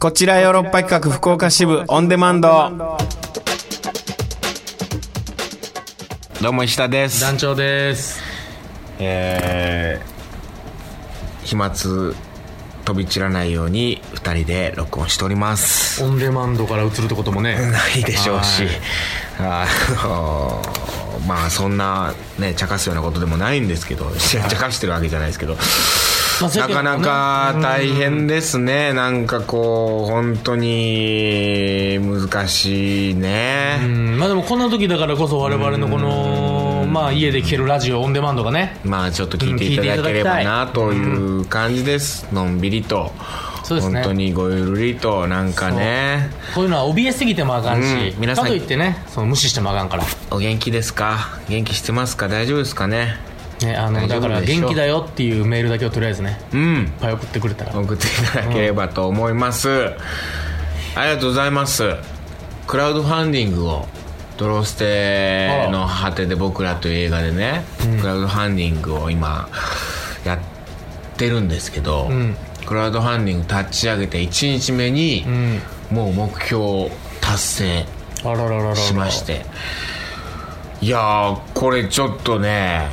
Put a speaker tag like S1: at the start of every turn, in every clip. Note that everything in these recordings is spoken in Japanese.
S1: こちらヨーロッパ企画福岡支部オンデマンド。どうも石田です。
S2: 団長です。
S1: えー、飛沫飛び散らないように二人で録音しております。
S2: オンデマンドから映るってこともね。
S1: ないでしょうし
S2: は、
S1: あのまあそんなね、茶化すようなことでもないんですけど、 茶化してるわけじゃないですけど、
S2: まあ
S1: な
S2: 世間
S1: か
S2: のね
S1: なか大変ですね、なんかこう、本当に難しいね。
S2: うん、まあでもこんな時だからこそ我々のこの、まあ家で聴けるラジオオンデマンドがね、
S1: まあちょっと聞いていただければなという感じです、のんびりと、
S2: そうですね
S1: 本当にごゆるりとなんかね
S2: こういうのは怯えすぎてもあかんし、
S1: うん皆さん
S2: かといってね、その無視してもあかんから。
S1: お元気ですか元気してますか大丈夫ですかね
S2: ね、あの、
S1: 大丈
S2: だ
S1: 夫
S2: から
S1: でしょう
S2: 元気だよっていうメールだけをとりあえずね、
S1: うん
S2: いっぱい送ってくれたら。
S1: 送っていただければと思います、ありがとうございますクラウドファンディングを「ドロステの果てで僕ら」という映画でね、クラウドファンディングを今やってるんですけど、
S2: ん
S1: クラウドファンディング立ち上げて1日目に
S2: う、ん。
S1: もう目標を達成
S2: あららららら。
S1: しましていやーこれちょっとね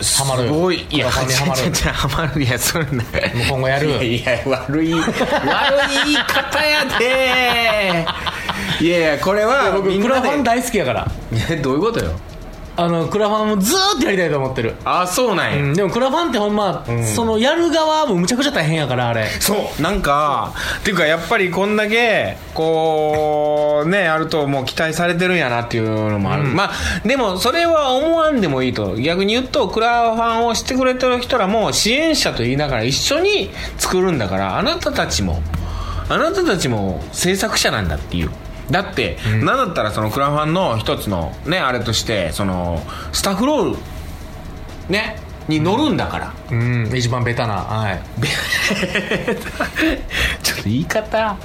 S1: す
S2: ハマる
S1: ごいいや
S2: クラファンに
S1: ち
S2: ハマ
S1: ゃちゃハマ
S2: る
S1: るいやそれな
S2: もう今後やる
S1: いやいや悪い悪い言い方やで いやいやこれは
S2: 僕
S1: みん
S2: クラ
S1: な
S2: ファン
S1: で
S2: 大好きやから。
S1: えどういうことよ
S2: あの、クラファンもずーっとやりたいと思ってる。
S1: あそうなんや、
S2: うん、でもクラファンってほんま、そのやる側もむちゃくちゃ大変やから、あれ。
S1: そうなんかっていうかやっぱりこんだけこうねやるともう期待されてるんやなっていうのもある、まあでもそれは思わんでもいいと逆に言うとクラファンをしてくれてる人らも支援者と言いながら一緒に作るんだからあなたたちもあなたたちも制作者なんだっていうだって、なんだったらそのクラファンの一つのねあれとしてそのスタッフロールねに乗るんだから、
S2: うん、一番ベタな。はい。
S1: ちょっと言い方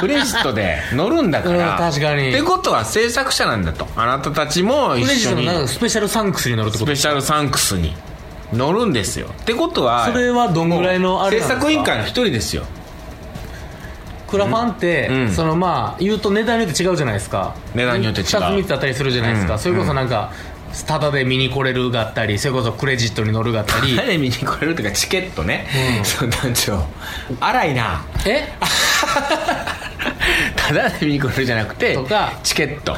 S1: クレジットで乗るんだから、
S2: うん確かに
S1: ってことは制作者なんだとあなたたちも一
S2: クレジ
S1: 緒
S2: ットの
S1: に
S2: なんかスペシャルサンクスに乗るって
S1: ス
S2: こと
S1: ペシャルサンクスに乗るんですよってことは
S2: それはどんぐらいのあ
S1: 制
S2: れなんですか
S1: 作委員会の一人ですよ
S2: クラファンって、
S1: うん
S2: そのまあ言うと値段によって違うじゃないですか
S1: 値段によって違う
S2: 2つ3つあったりするじゃないですか、
S1: うん
S2: それこそなんかタダで見に来れるがあったりそれこそクレジットに乗るがあったり
S1: 誰見に来れるとかチケットね、
S2: うん
S1: そう団長荒いな
S2: え
S1: ただで見に来れるじゃなくて
S2: とか
S1: チケット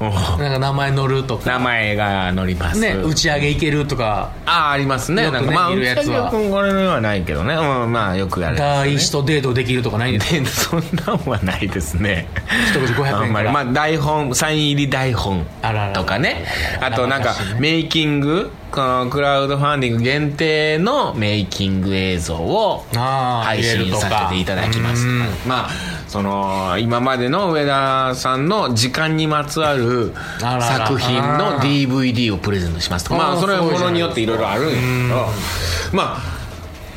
S2: なんか名前乗るとか
S1: 名前が乗ります
S2: ね打ち上げ行けるとか
S1: ああありますね
S2: よくね
S1: なんかまあ
S2: 見るやつは
S1: 打ち上げこれのはないけどね、うん、まあよくやる
S2: 第一とデートできるとかないんですか
S1: でそんなんはないですね
S2: 一口500円から
S1: あんまりまあ台本サイン入り台本
S2: あらら
S1: とかね
S2: あら
S1: あ
S2: ら
S1: となんか
S2: 懐かしいね
S1: メイキングこのクラウドファンディング限定のメイキング映像を
S2: あー
S1: 配
S2: 入れる
S1: 信
S2: とか
S1: させていただきます
S2: うん
S1: まあその今までの上田さんの時間にまつわる
S2: あらら
S1: 作品の
S2: あー
S1: DVD をプレゼントしますとかま
S2: あ
S1: あ
S2: ー
S1: それは
S2: すごい
S1: も
S2: じゃ
S1: の
S2: ない
S1: によっていろいろあるんですけどまあ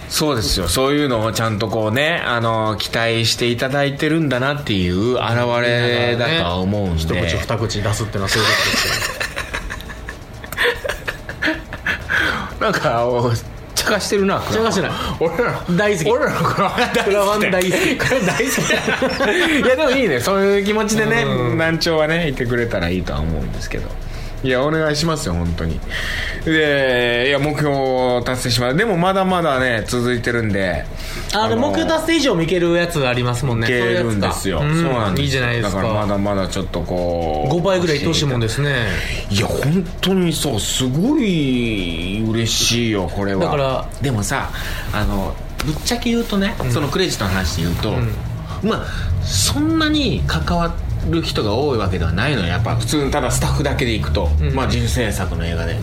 S1: そうですよそういうのをちゃんとこうねあの期待していただいてるんだなっていう表れだとは思うんで
S2: 一口二口出すってのはそういうことですよ
S1: なんかお茶化してるな
S2: 茶化してない
S1: 俺らの
S2: 大好き
S1: 俺らのこの
S2: クラファン大好き
S1: これ大好きいやでもいいねそういう気持ちでね
S2: うん
S1: 難聴はねいてくれたらいいとは思うんですけどいやお願いしますよ本当にでいや目標を達成しますでもまだまだね続いてるんで
S2: あれ
S1: の
S2: 目標達成以上もいけるやつありますもん
S1: い
S2: ね
S1: けるんですよ、
S2: そういうやつか
S1: そうなんですよ
S2: いいじゃないですか
S1: だからまだまだちょっとこう
S2: 5倍ぐらいいってほしいもんですね
S1: いや本当にそうすごい嬉しいよこれは
S2: だから
S1: でもさあのぶっちゃけ言うとね、そのクレジットの話で言うと、まあそんなに関わる人が多いわけではないのよやっぱ普通にただスタッフだけで行くと、
S2: うん
S1: まあ純制作の映画で、
S2: ん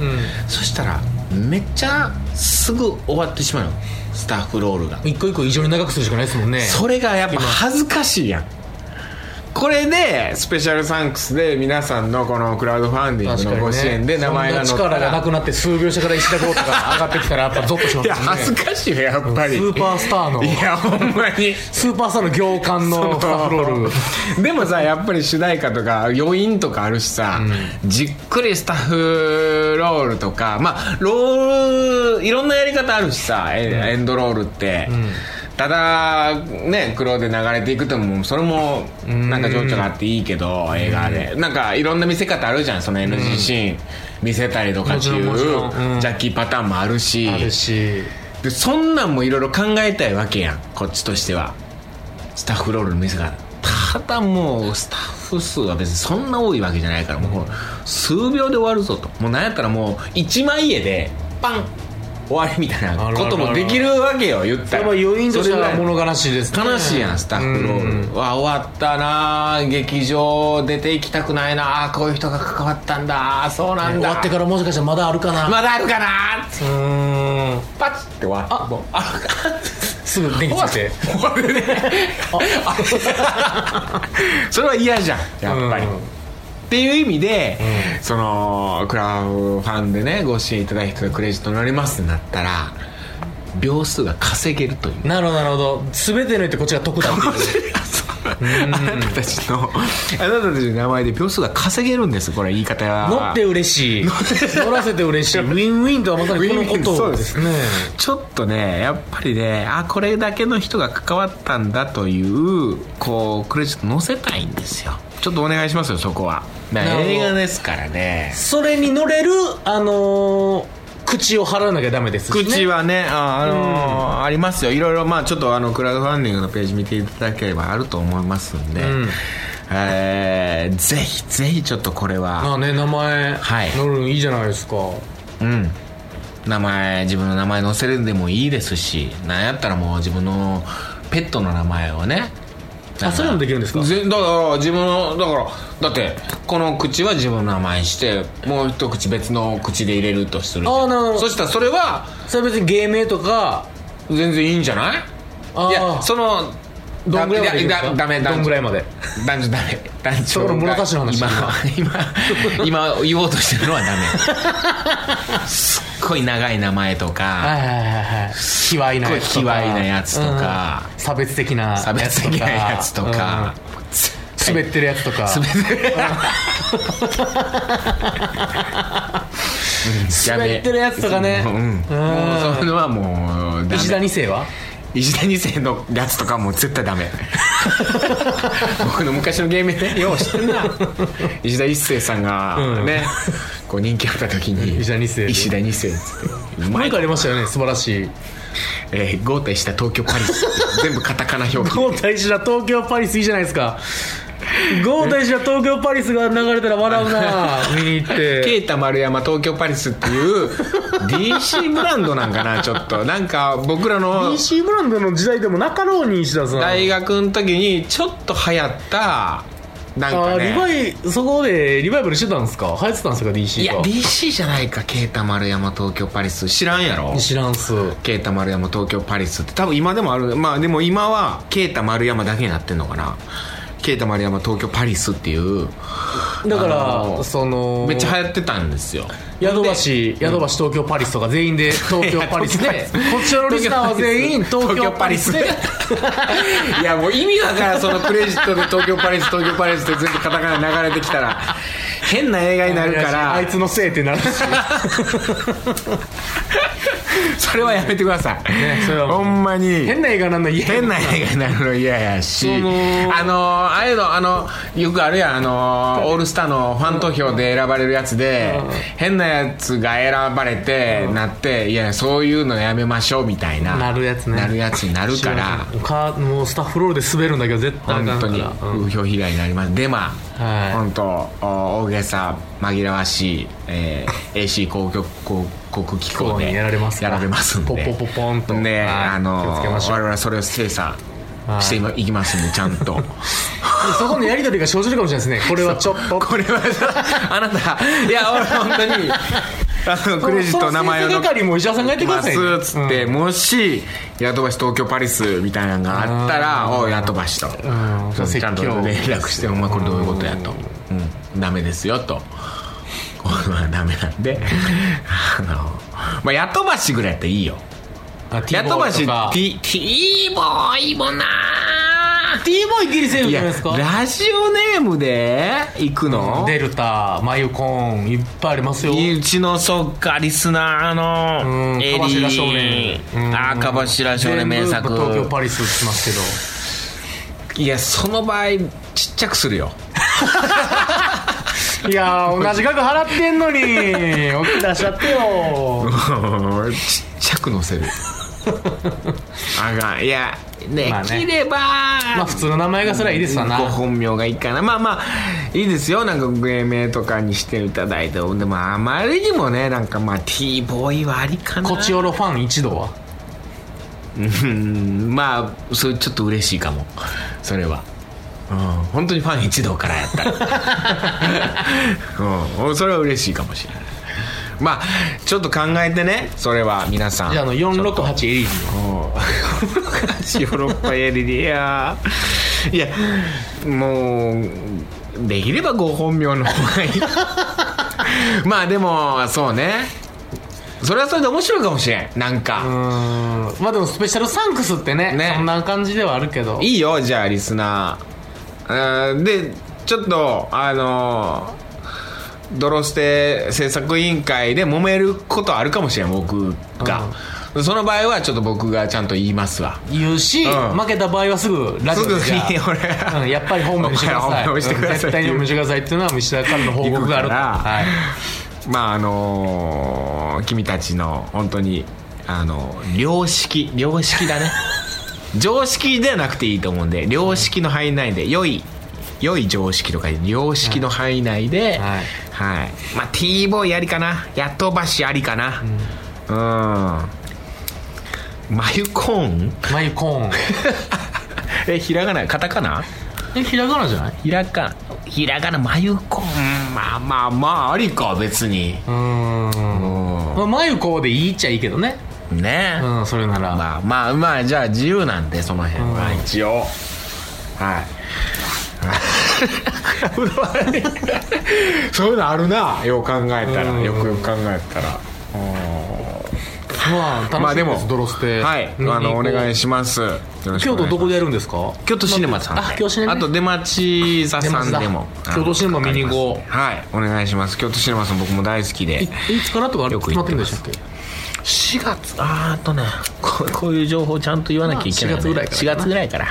S1: そしたらめっちゃすぐ終わってしまうのスタッフロールが
S2: 一個一個異常に長くするしかないですもんね
S1: それがやっぱ恥ずかしいやんこれでスペシャルサンクスで皆さんのこのクラウドファンディング
S2: 確かに
S1: の
S2: ね
S1: ご支援で名前が載
S2: そ
S1: った
S2: んな力がな
S1: ら
S2: くなって数秒下から石田豪太が上がってきたらやっぱゾッとしま
S1: い
S2: す
S1: や
S2: よね
S1: 恥ずかしいよやっぱり
S2: スーパースターの
S1: いやほんまに
S2: スーパースターの行間
S1: そ
S2: の
S1: の
S2: スタッフロー ル
S1: でもさやっぱり主題歌とか余韻とかあるしさ、じっくりスタッフロールとかまあロールいろんなやり方あるしさエンエンドロールって、ただね黒で流れていくともそれもなんか情緒があっていいけど映画でなんかいろんな見せ方あるじゃんその NG シーン見せたりとかっていう
S2: もちろんもちろんうん
S1: ジャッキーパターンもあるし
S2: あるし
S1: でそんなんもいろいろ考えたいわけやんこっちとしてはスタッフロールの店がただもうスタッフ数は別にそんな多いわけじゃないからもう数秒で終わるぞともうなんやったらもう一枚絵でパン終わりみたいなこともできるわけよ言った
S2: や
S1: ら
S2: っぱ余韻とし
S1: そ
S2: て
S1: れぐ
S2: は
S1: らい
S2: 物悲しいですね
S1: 悲しいやんスタッフロールは終わったなあ劇場出て行きたくないなあこういう人が関わったんだあそうなん
S2: 終
S1: だ
S2: わってからもしかしたらまだあるかな、
S1: まだあるかなあ
S2: うーん
S1: パチって終わ
S2: あ
S1: もうあるか
S2: すぐ電気ついて
S1: 終わるねそれは嫌じゃんやっぱり、
S2: うん
S1: っていう意味で、そのクラウドファンでねご支援いただいた人がクレジットになりますってなったら秒数が稼げるという
S2: なるほどなるほど全ての人こっちが得だっていう
S1: あなたたちのあなたたちの名前で秒数が稼げるんですこれ言い方は
S2: 乗って嬉しい乗らせて嬉し いウィンウィンとはまさにこのこ
S1: そ
S2: と
S1: う
S2: で
S1: ですす
S2: ね
S1: ちょっとねやっぱりねあこれだけの人が関わったんだというこうクレジット載せたいんですよちょっとお願いしますよそこはだから
S2: なるほど
S1: 映画ですからね
S2: それに乗れるあのー口を払わなきゃダメですしね
S1: 口はねあ、あのーありますよいろいろまあちょっとあのクラウドファンディングのページ見ていただければあると思いますんで、
S2: ん
S1: えーぜひぜひちょっとこれ
S2: ま
S1: は、
S2: あね名前
S1: はい
S2: 乗るのいいじゃないですか
S1: うん、名前自分の名前載せるんでもいいですしなんやったらもう自分のペットの名前をね
S2: あそういうのできるんですか
S1: ぜだから自分のだからだってこの口は自分の名前にしてもう一口別の口で入れるとするじゃん
S2: あーなるほど
S1: そしたらそれは
S2: それは別に芸名とか
S1: 全然いいんじゃない
S2: あー
S1: いやその
S2: どんぐらいまでいいんですか
S1: だだダメ男
S2: どんぐらいまで
S1: 男女ダメ 男女
S2: だから物差しの話
S1: 今今今言おうとしてるのはダメすっごい長い名前と
S2: は
S1: か
S2: いはいはいはい卑猥なやつとか
S1: すっごい卑猥なやつとか
S2: うん差別的な
S1: 差別的なやつとか
S2: うん滑ってるやつとか
S1: 滑ってるやべえ
S2: 滑ってるやつとかね
S1: うん
S2: うん
S1: もうそういうのはもうダメ
S2: 石田二世は
S1: 石田二世のやつとかもう絶対ダ メ僕の昔のゲームねよう知ってんな石田一世さんがね、こう人気あった時に
S2: 石田二世で
S1: 石田二世っつってうま
S2: 前
S1: い
S2: かありましたよね素晴らしい
S1: えー、合体した東京パリス全部カタカナ表記
S2: 豪太石田東京パリスいいじゃないですか豪太石田東京パリスが流れたら笑うな 見に行って
S1: ケータ丸山東京パリスっていう DC ブランドなんかなちょっとなんか僕らの
S2: DC ブランドの時代でもなかろうに石田さん
S1: 大学の時にちょっと流行ったなん
S2: あ
S1: か
S2: ー
S1: ね
S2: リバイそこでリバイバルしてたんですか流行ってたんですか DC
S1: い
S2: が
S1: や DC じゃないかケータ丸山東京パリス知らんやろ
S2: 知らんす
S1: ケータ丸山東京パリスって多分今でもあるまあでも今はケータ丸山だけになってんのかなケータ丸山東京パリスっていう
S2: だか
S1: あの
S2: ら
S1: ー
S2: その
S1: めっちゃ流行ってたんですよ
S2: ヤドバシ、ヤドバシ東京パリスとか全 員で東京パリスで、
S1: い
S2: こ
S1: や東京
S2: っちのリスナーは全 員東京パリスで、
S1: いやもう意味わからんそのクレジットで東京パリス東京パリスって全部カタカナ流れてきたら変な映画になるから
S2: あいつのせいってなるし。
S1: それはやめてください、
S2: ねそれはもう
S1: ほんまに
S2: 変な映画なんだ、いや。
S1: 変な映画になるの嫌やし、
S2: その
S1: あのーああいうのあのよくあるやんあのーオールスターのファン投票で選ばれるやつで、変なやつが選ばれて、なっていやそういうのやめましょうみたいな
S2: なるやつね
S1: なるやつになるから
S2: かもうスタッフロールで滑るんだけど絶対あか
S1: 本
S2: んか
S1: 当に
S2: らうん
S1: 風評被害になりますデマ、
S2: はい
S1: 本当お大げさ紛らわしい、えー AC 公共広告機構
S2: 機構
S1: で
S2: にやられますから
S1: やられますんで
S2: ポッポポポンと
S1: ね、
S2: はい
S1: あの
S2: 気をつけましょう
S1: 我々はそれを精査
S2: はい
S1: していきますんでちゃんと
S2: そこのやり取りが生じるかもしれないですねこれはちょっと
S1: これはあなたいや俺本当にあのクレジット名前を
S2: その
S1: 載っ
S2: 先生係もお医者さんがやってくださいね
S1: ますっつって、もしヤトバシ東京パリスみたいなのがあったらおうヤトバシと
S2: ん
S1: そう
S2: 説
S1: ち
S2: 教
S1: ゃんと連絡してお前これどういうことやとうんダメですよと これはダメなんで あのまあヤトバシぐらいやったらいいよ
S2: あ T
S1: ヤト
S2: ボ
S1: バ
S2: ーイ
S1: シ
S2: とか
S1: T ボーイもな
S2: T ボーイギリセーフじゃないですか
S1: ラジオネームで行くの
S2: デルタマユコーンいっぱいありますよ
S1: うちのそっかリスナー
S2: う
S1: の
S2: ん
S1: エリー
S2: かばしら少年うん
S1: あーかばしら少年名作
S2: 全部東京パリスしますけど
S1: いやその場合ちっちゃくするよ
S2: いやー同じ額払ってんのに 起き出し ちゃってよ
S1: 俺ちっちゃく載せる あかんいやで
S2: まあね
S1: きれば、
S2: まあ普通の名前がそれはいいですわな
S1: ご本名がいいかなまあまあいいですよなんか芸名とかにしていただいてでもあまりにもねなんかまあ T ボーイはありかな
S2: コチオロファン一同は
S1: うんまあそれちょっと嬉しいかもそれはうん本当にファン一同からや ったら、うん俺、それは嬉しいかもしれないまあちょっと考えてねそれは皆さん
S2: じゃああの468エリー
S1: 昔ヨーロッパやりでいやいやもうできればご本名の方がいい まあでもそうねそれはそれで面白いかもしれんなん
S2: う
S1: か、
S2: ーんまあでもスペシャルサンクスってね
S1: ね
S2: そんな感じではあるけど
S1: いいよじゃあリスナーうんでちょっとあのドロステ制作委員会で揉めることあるかもしれん僕が、その場合はちょっと僕がちゃんと言いますわ
S2: 言うし、
S1: うん
S2: 負けた場合はすぐラジオです
S1: ぐに俺
S2: うん、やっぱり本名にしてください
S1: お前 本名にしてください
S2: うん絶対に本名にしてくださいっていうのは石田からの報告があ
S1: 行くから
S2: るとはい
S1: まああのー君たちの本当にあの良識良識だ ね常識ではなくていいと思うんで良識の範囲内で良い良い常識とか良識の範囲内で、
S2: は
S1: はい
S2: い
S1: まあ T ボーイありかなやっとばしありかなうん、マユコー ン
S2: マユコーン
S1: えひらがなカタカナ
S2: えひらがなじゃない
S1: ひらかひらがなマユコーンまあまあまあありか別に
S2: うーん
S1: う
S2: まあマユコーでいいっちゃいいけどね
S1: んねえ、
S2: うんそれなら、
S1: まあまあまあじゃあ自由なんでその辺は
S2: うん
S1: 一応 はい そういうのあるなよう考えたら
S2: うん
S1: よくよく考えたら
S2: まあ楽しみです、
S1: まあでも
S2: ドロステ
S1: はいあのお願いしますよろしく
S2: 京
S1: お願いしま
S2: 都
S1: す
S2: どこでやるんですか
S1: 京都シネマさんで
S2: あ京都シネマ
S1: あと出町座さんでも
S2: 出町座京都シネマ見に行
S1: う
S2: こ
S1: はいお願いします京都シネマさん僕も大好きで
S2: いいつからとかあれ
S1: よく
S2: 決ま
S1: 行っ
S2: っ
S1: てて
S2: るんで
S1: ま
S2: し
S1: す
S2: たっけ
S1: 4月あーっとねここういう情報ちゃんと言わなきゃいけない、ね
S2: まあ4月ぐらいから
S1: 4月ぐらいから、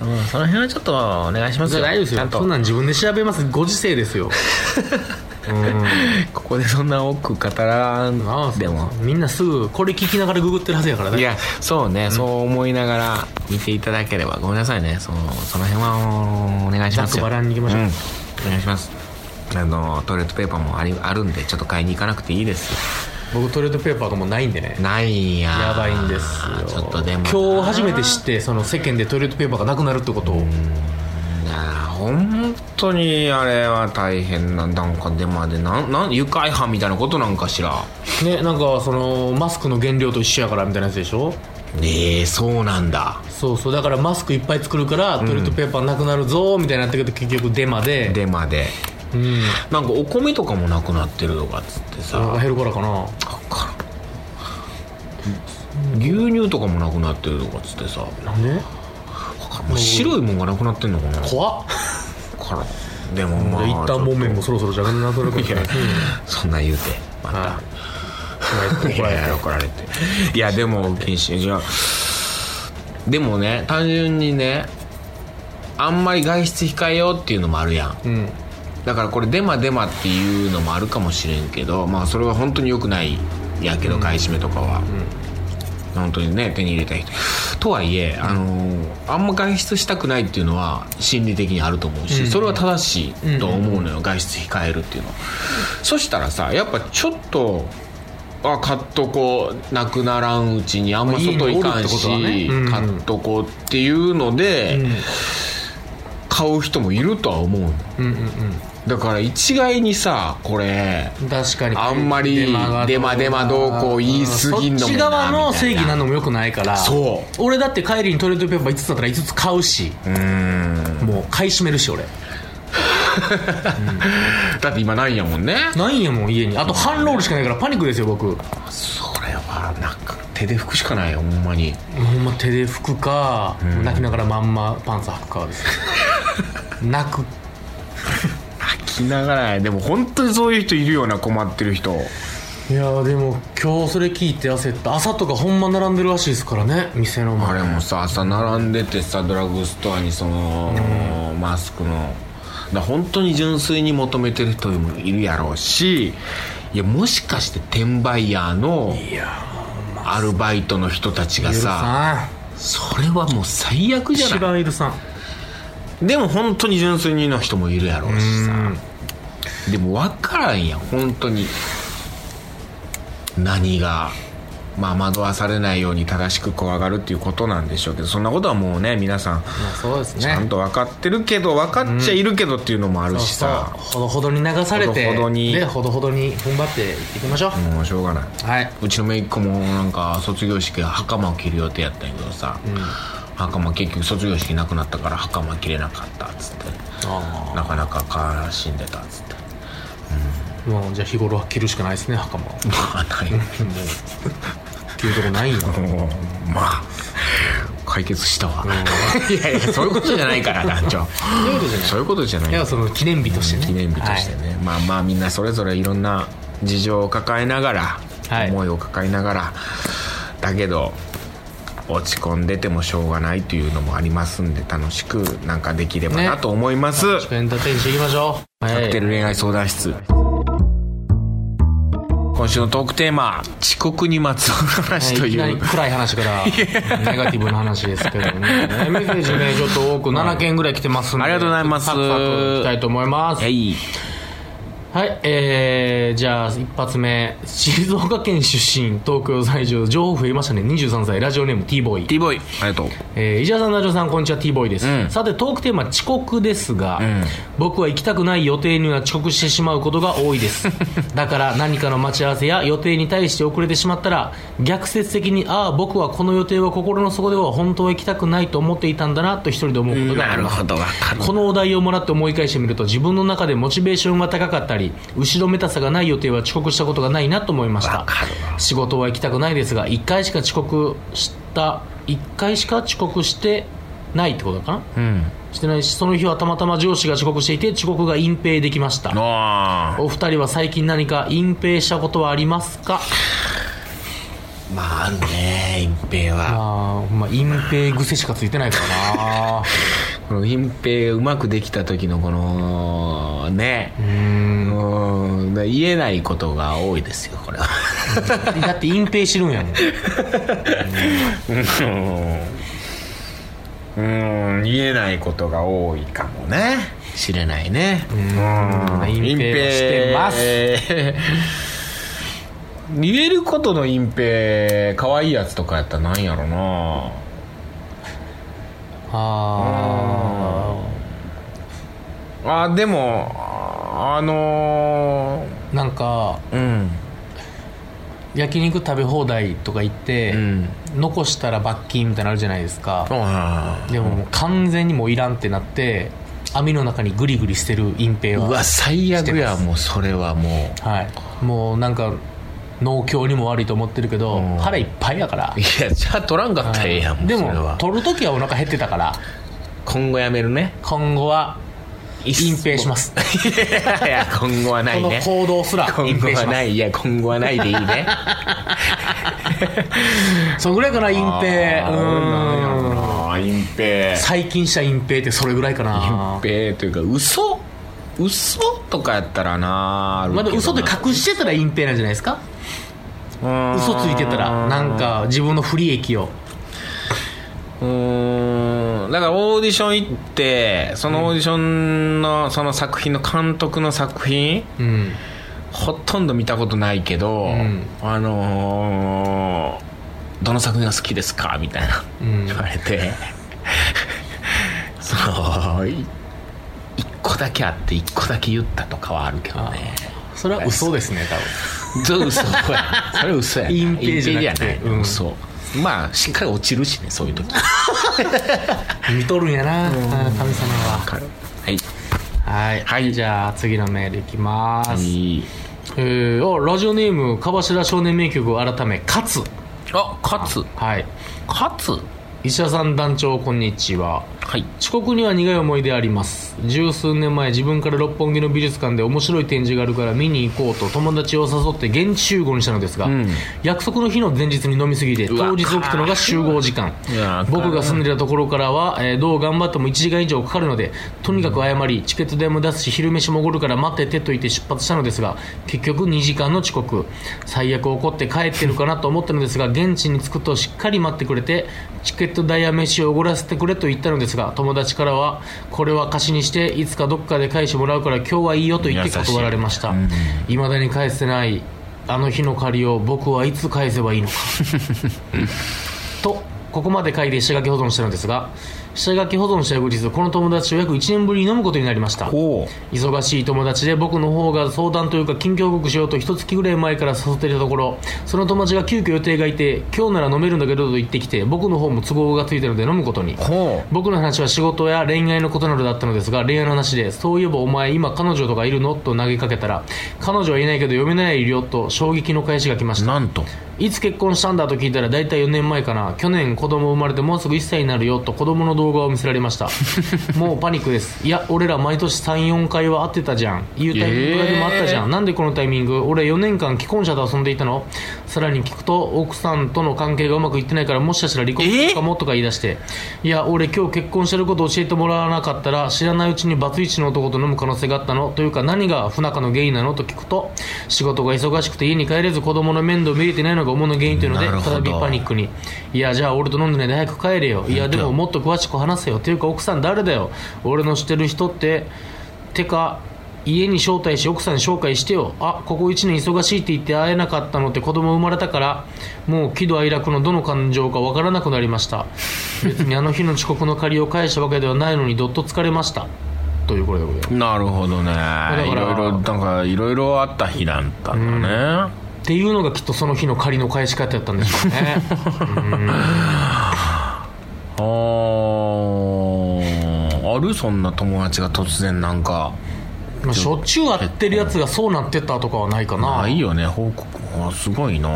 S1: うん、その辺はちょっとお願いしますよ
S2: 大丈夫です
S1: ちゃ
S2: よ
S1: ん
S2: そん
S1: と
S2: なん自分で調べますご時世ですよ
S1: ここでそんな多く語らん
S2: あ あ
S1: でも
S2: みんなすぐこれ聞きながらググってるはずやからね
S1: いやそうね、そう思いながら見ていただければごめんなさいねそのその辺はお願いします
S2: ざっ
S1: よ
S2: くばらんに行きましょうん
S1: お願いしますあのトイレットペーパーもありあるんでちょっと買いに行かなくていいです
S2: 僕トイレットペーパーがもうないんでね
S1: ないんや
S2: やばいんです
S1: ちょ
S2: よ
S1: っとでも
S2: 今日初めて知ってその世間でトイレットペーパーがなくなるってことを
S1: いやー本当にあれは大変ななんかでまでなんなん愉快犯みたいなことなんかしら
S2: ねなんかそのマスクの原料と一緒やからみたいなやつでしょ
S1: ねえそうなんだ
S2: そうそうだからマスクいっぱい作るからトイレットペーパーなくなるぞーみたいになったけど結局デマで
S1: デマで
S2: うん
S1: なんかお米とかもなくなってるとかっつってさ
S2: あ減るからかな
S1: 牛乳とかもなくなってるとかっつってさ
S2: なんで
S1: もう白いもんがなくなってんのかな
S2: 怖っ
S1: からでもまあ
S2: 一旦もめんも
S1: ち
S2: そろそろじゃがなく なるかもしれない
S1: ょっとそんな言うてまた
S2: はい怒られ
S1: い
S2: た
S1: や怒られていやでも禁止じゃあでもね単純にねあんまり外出控えようっていうのもあるやん
S2: うん
S1: だからこれデマデマっていうのもあるかもしれんけどまあそれは本当に良くないやけど買い占めとかは、本当にね手に入れたい人とはいえ、あのーあんま外出したくないっていうのは心理的にあると思うし、それは正しいと思うのよ、外出控えるっていうのは、そしたらさやっぱちょっとあ買っとこうなくならんうちにあんま外行かんし、
S2: まあ家におるってことはねうん
S1: 買っとこうっていうので、買う人もいるとは思うの
S2: うんうん
S1: だから一概にさこれ
S2: うん確かに
S1: あんまりデマデマどうこう言い過ぎんのもな
S2: そっち側の正義なのもよくないから
S1: そう
S2: 俺だって帰りにトイレットペーパー5つだったら5つ買うし
S1: うん
S2: もう買い占めるし俺
S1: だって今ないんやもんね
S2: ないんやもん家にあと半ロールしかないからパニックですよ僕
S1: それはなんか手手で拭くしかないよほんまに
S2: ほんま手で拭くか、泣きながらまんまパンツ履くかです 泣く
S1: 着ながらやでも本当にそういう人いるような困ってる人
S2: いやーでも今日それ聞いて焦った朝とかほんま並んでるらしいですからね店の
S1: あれ
S2: 前
S1: もさ朝並んでてさドラッグストアにその、マスクのだから本当に純粋に求めてる人もいるやろうしいやもしかして転売ヤーの
S2: いや
S1: アルバイトの人たちが
S2: ー
S1: さ
S2: さ
S1: それはもう最悪
S2: ん
S1: じゃ
S2: 一
S1: な
S2: 番いるさん
S1: いでも本当に純粋にの人もいるやろうしさ
S2: うん
S1: でも分からんやん本当に何がまあ惑わされないように正しく怖がるっていうことなんでしょうけどそんなことはもうね皆さん
S2: まあそうですね
S1: ちゃんと分かってるけど分かっちゃいるけどっていうのもあるしさ
S2: そうそうほどほどに流されて
S1: ほどほどに
S2: ね、ほどほどに踏ん張っていきましょう、
S1: もうしょうがない
S2: はいう
S1: ちの姪っ子もなんか卒業式が袴を着る予定やったんやけどさ、袴結局卒業式なくなったから袴着れなかったっつって
S2: あ
S1: なかなか悲しんでたっつって
S2: あもうじゃあ日頃は着るしかないですね袴は
S1: まあない
S2: もう着るとこないんや
S1: もうまあ解決したわ、いやいやそういうことじゃないから団長
S2: そういうことじゃない
S1: そういうことじゃない
S2: いやその記念日としてね
S1: 記念日としてね、まあまあみんなそれぞれいろんな事情を抱えながら、
S2: はい
S1: 思いを抱えながらだけど落ち込んでてもしょうがないというのもありますんで楽しくなんかできればな
S2: ね
S1: と思います、
S2: はいエンターテインしていきましょうは
S1: カクテル恋愛相談室今週のトークテーマ「遅刻にまつわる話」と
S2: はい、
S1: い
S2: いき
S1: う、
S2: なり暗い話からネガティブな話ですけど ねメッセージねちょっと多く7件ぐらい来てますんで
S1: ありがとうございます
S2: サクサクいきたいと思います
S1: はい
S2: はいえー、じゃあ一発目静岡県出身東京在住情報増えましたね23歳ラジオネーム T ボーイ
S1: T ボーイありがとう
S2: えー、石田さん、ナジョさん、こんにちは、T ボーイです、
S1: うん
S2: さて、トークテーマ、遅刻ですが、僕は行きたくない予定には遅刻してしまうことが多い です。だから、何かの待ち合わせや予定に対して遅れてしまったら、逆説的に、ああ、僕はこの予定は心の底では本当は行きたくないと思っていたんだなと一人で思うことがあ
S1: な
S2: り
S1: る
S2: ます。
S1: ほどわかる
S2: このお題をもらって思い返してみると自分の中でモチベーションが高かったり後ろめたさがない予定は遅刻したことがないなと思いました仕事は行きたくないですが1回しか遅刻した1回しか遅刻してないってことかな、
S1: うん
S2: してないしその日はたまたま上司が遅刻していて遅刻が隠蔽できました
S1: あ
S2: お二人は最近何か隠蔽したことはありますか
S1: ーまああるね隠蔽は
S2: ああまあ隠蔽癖しかついてないからな
S1: この隠蔽うまくできた時のこのね
S2: うーん
S1: うんだ言えないことが多いですよこれは
S2: だって隠蔽してるんやもん
S1: うんうん言えないことが多いかもね知れないねうん
S2: 隠蔽をしてます
S1: 隠蔽言えることの隠蔽可愛いやつとかやったらなんやろな
S2: あ
S1: あでもあの
S2: あなんか
S1: ーうん
S2: 焼肉食べ放題とか行って、
S1: うん
S2: 残したら罰金みたいなのあるじゃないですか、
S1: あー
S2: でももう完全にもういらんってなって網の中にグリグリ捨てる隠蔽
S1: うわ
S2: は
S1: 最悪
S2: して
S1: や
S2: ます
S1: もうそれはも
S2: はいもうなんか農協にも悪いと思ってるけど、
S1: うん
S2: 腹いっぱいやから
S1: ういやじゃあ取らんかったらええやんもう
S2: で
S1: それ
S2: も
S1: は
S2: 取る時はお腹減ってたから
S1: 今後やめるね
S2: 今後は隠蔽します
S1: いやいや今後はない
S2: この
S1: ね
S2: 行動すら隠
S1: 今後
S2: 蔽
S1: は
S2: しま
S1: ないいや今後はないでい いね
S2: すそのぐらいかな隠蔽うーん
S1: あー隠蔽
S2: 最近した隠蔽ってそれぐらいかな
S1: 隠蔽というか嘘嘘とかやったらなあるけ
S2: ま
S1: ど
S2: だ
S1: な
S2: 嘘で隠してたら隠蔽なんじゃないですか
S1: うーん
S2: 嘘ついてたらなんか自分の不利益を
S1: うーんだからオーディション行ってそのオーディションのその作品の監督の作品、
S2: うん
S1: ほとんど見たことないけど、
S2: ん
S1: あのーどの作品が好きですか?」みたいな、
S2: うん
S1: 言われて そのい一個だけあって一個だけ言ったとかはあるけどね
S2: それは嘘ですね
S1: それ嘘やそれ嘘やな
S2: 隠蔽じゃなくて
S1: 隠蔽じゃ
S2: うん
S1: 嘘まあしっかり落ちるしねそういう時
S2: 多分見とるんやなあー神様は
S1: はい
S2: はい、はい、じゃあ次のメールいきます、
S1: いい
S2: えーあラジオネーム「かばしら少年名曲改め勝つ」
S1: あ勝つ
S2: はい
S1: 勝つ
S2: 石田さん団長こんにちは
S1: はい
S2: 遅刻には苦い思い出あります十数年前自分から六本木の美術館で面白い展示があるから見に行こうと友達を誘って現地集合にしたのですが、
S1: ん
S2: 約束の日の前日に飲みすぎて
S1: うわ
S2: 当日起きたのが集合時間
S1: うわ
S2: 僕が住んでいたところからは、えーどう頑張っても1時間以上かかるのでとにかく謝りチケット代も出すし昼飯もおごるから待っててと言って出発したのですが結局2時間の遅刻最悪怒って帰ってるかなと思ったのですが現地に着くとしっかり待ってくれてチケット代や飯をおごらせてくれと言ったのですが友達からはこれは貸しにしていつかどっかで返してもらうから今日はいいよと言って断られましたいま、未だに返せないあの日の借りを僕はいつ返せばいいのかとここまで書いて下書き保存したのですが下書き保存した翌日この友達を約1年ぶりに飲むことになりました
S1: おう
S2: 忙しい友達で僕の方が相談というか近況報告しようと一月ぐらい前から誘っていたところその友達が急遽予定がいて今日なら飲めるんだけどと言ってきて僕の方も都合がついたので飲むことに
S1: ほ
S2: 僕の話は仕事や恋愛のことなどだったのですが恋愛の話で「そういえばお前今彼女とかいるの?」と投げかけたら「彼女はいないけど嫁ないよ」と衝撃の返しが来まし
S1: う
S2: た
S1: なんと
S2: いつ結婚したんだと聞いたら大体4年前かな去年子供生まれてもうすぐ1歳になるよと子供の動画を見せられましたもうパニックですいや俺ら毎年34回は会ってたじゃんいうタイミングがでもあったじゃん、
S1: えー
S2: なんでこのタイミング俺4年間既婚者と遊んでいたのさらに聞くと奥さんとの関係がうまくいってないからもしかしたら離婚するかもとか言い出して、いや俺今日結婚してること教えてもらわなかったら知らないうちにバツイチの男と飲む可能性があったのというか何が不仲の原因なのと聞くと仕事が忙しくて家に帰れず子供の面倒見れてないのが主な原因というので
S1: なるほど
S2: 再びパニックにいやじゃあ俺と飲んでないで早く帰れよいやでももっと詳しく話せよというか奥さん誰だよ俺の知ってる人っててか家に招待し奥さんに紹介してよあここ1年忙しいって言って会えなかったのって子供生まれたからもう喜怒哀楽のどの感情かわからなくなりました別にあの日の遅刻の借りを返したわけではないのにどっと疲れましたというこれでございます
S1: なるほどね
S2: ら
S1: いろいろなんかいろいろあった日だったんだね、
S2: っていうのがきっとその日の借りの返し方やったんでしょ うね
S1: あーあるそんな友達が突然なんか
S2: まあしょっちゅう会ってるやつがそうなってたとかはないかな
S1: ないよね報告あすごいな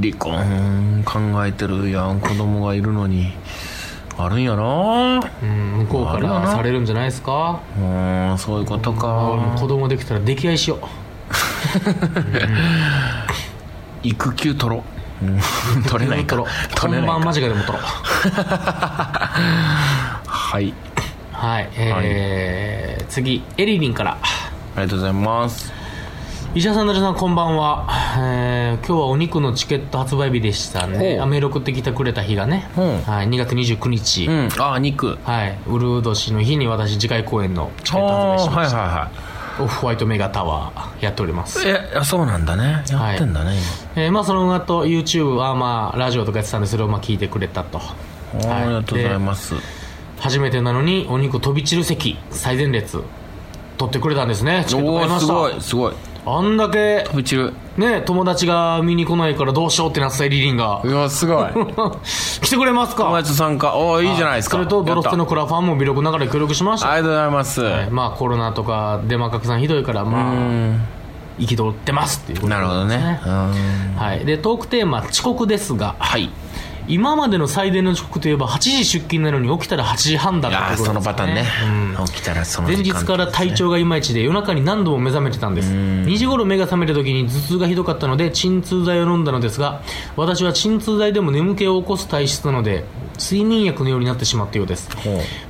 S1: 離婚考えてるやん子供がいるのにあるんやな
S2: うん向こうか
S1: あるよ
S2: ら
S1: な
S2: されるんじゃないですか
S1: うんそういうこと
S2: あ
S1: か
S2: 子供できたら溺愛しよう
S1: 育休取ろううん取れないか
S2: 取ろう
S1: 取れ
S2: 本
S1: ない
S2: 番
S1: か
S2: 間近でも取ろう
S1: はい
S2: はい、えー次エリリンから
S1: ありがとうございます
S2: 石田さん、成田さん、こんばんは、えー今日はお肉のチケット発売日でしたね
S1: ほう
S2: アメロクってきてくれた日がね、
S1: うん
S2: はい、2月29日、
S1: うんあ肉
S2: はい、ウルード氏の日に私次回公演のチケット発売
S1: あ
S2: し
S1: ー
S2: ま
S1: はい
S2: し
S1: はい
S2: た、
S1: は
S2: オフホワイトメガタワーやっております
S1: いえあそうなんだねやってんだね、
S2: えーまあその後 YouTube はまあラジオとかやってたんでそれをまあ聞いてくれたと
S1: 今
S2: はい
S1: ありがとうございます、
S2: 初めてなのにお肉飛び散る席最前列取ってくれたんですねチケット
S1: お
S2: 買い
S1: お
S2: まし
S1: す
S2: た
S1: ごいすごい
S2: あんだけ
S1: 飛び散る
S2: ね友達が見に来ないからどうしようってなってたエリリンが
S1: うわすごい
S2: 来てくれます
S1: 友
S2: か
S1: 達と参加おおいいじゃないですか
S2: それとドロステ
S1: や
S2: の
S1: っ
S2: クラファンも魅力ながら協力しましたた
S1: ありがとうございます、
S2: はいまあコロナとかデマ拡散ひどいからまあ憤ってますっていうこと
S1: なるほどねうん
S2: はい、でトークテーマ「遅刻」ですが、はい、今までの最大の遅刻といえば8時出勤なのに起きたら8時半だっ
S1: いや
S2: た
S1: ー
S2: というこ
S1: そ
S2: と
S1: の
S2: ですか
S1: パターンね、起きたらその
S2: 前日
S1: 時間
S2: から体調がいまいちで夜中に何度も目覚めてたんです2時頃目が覚めた時に頭痛がひどかったので鎮痛剤を飲んだのですが私は鎮痛剤でも眠気を起こす体質なので睡眠薬のようになってしまったようです
S1: う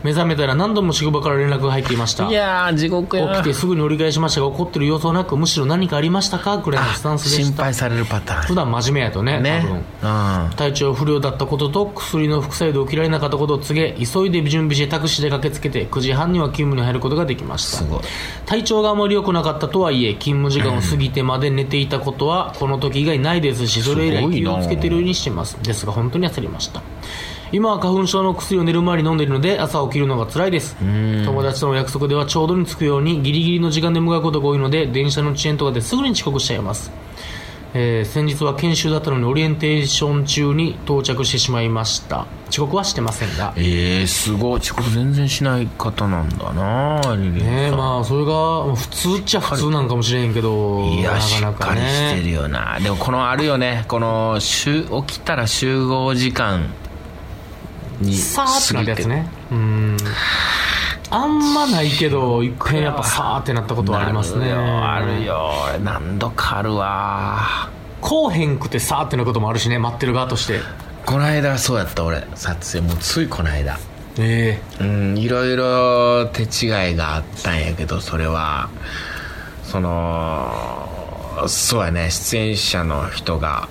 S2: 目覚めたら何度も職場から連絡が入っていました
S1: いやー地獄や
S2: 起きてすぐに折り返しましたが怒ってる様子はなくむしろ何かありましたかくらいのスタンスで
S1: 心
S2: した
S1: 配されるパター
S2: 普
S1: ン
S2: 段真面目やとね
S1: ね
S2: 多分
S1: うん
S2: 体調不良だったことと薬の副作用で起きられなかったことを告げ急いで準備してタクシーで駆けつけて9時半には勤務に入ることができました
S1: すごい
S2: 体調があまり良くなかったとはいえ勤務時間を過ぎてまで寝ていたことはこの時以外ないですしそれ以
S1: す
S2: 来
S1: ごい
S2: 気
S1: な
S2: をつけてるようにしてますですが本当に焦りました今は花粉症の薬を寝る前に飲んでいるので朝起きるのが辛いです友達との約束ではちょうどに着くようにギリギリの時間で向かうことが多いので電車の遅延とかですぐに遅刻しちゃいますえー先日は研修だったのにオリエンテーション中に到着してしまいました遅刻はしてませんが
S1: ええすごい遅刻全然しない方なんだなリリーさん
S2: ねえまあそれがまあ普通っちゃ普通なんかもしれんけど
S1: いや
S2: な
S1: し
S2: かな
S1: っ
S2: か
S1: かりして
S2: ね
S1: るよなでもこのあるよねこの集起きたら集合時間に
S2: さーってな
S1: 過ぎ
S2: る
S1: て
S2: やつねうんあんまないけど一回やっぱさーってなったことはあります
S1: な
S2: ね
S1: るよあるよ俺何度かあるわ
S2: こうへんくてさーってなこともあるしね待ってる側として
S1: この間そうやった俺撮影もうついこの間
S2: え
S1: うんいろいろ手違いがあったんやけどそれはそのそうやね出演者の人が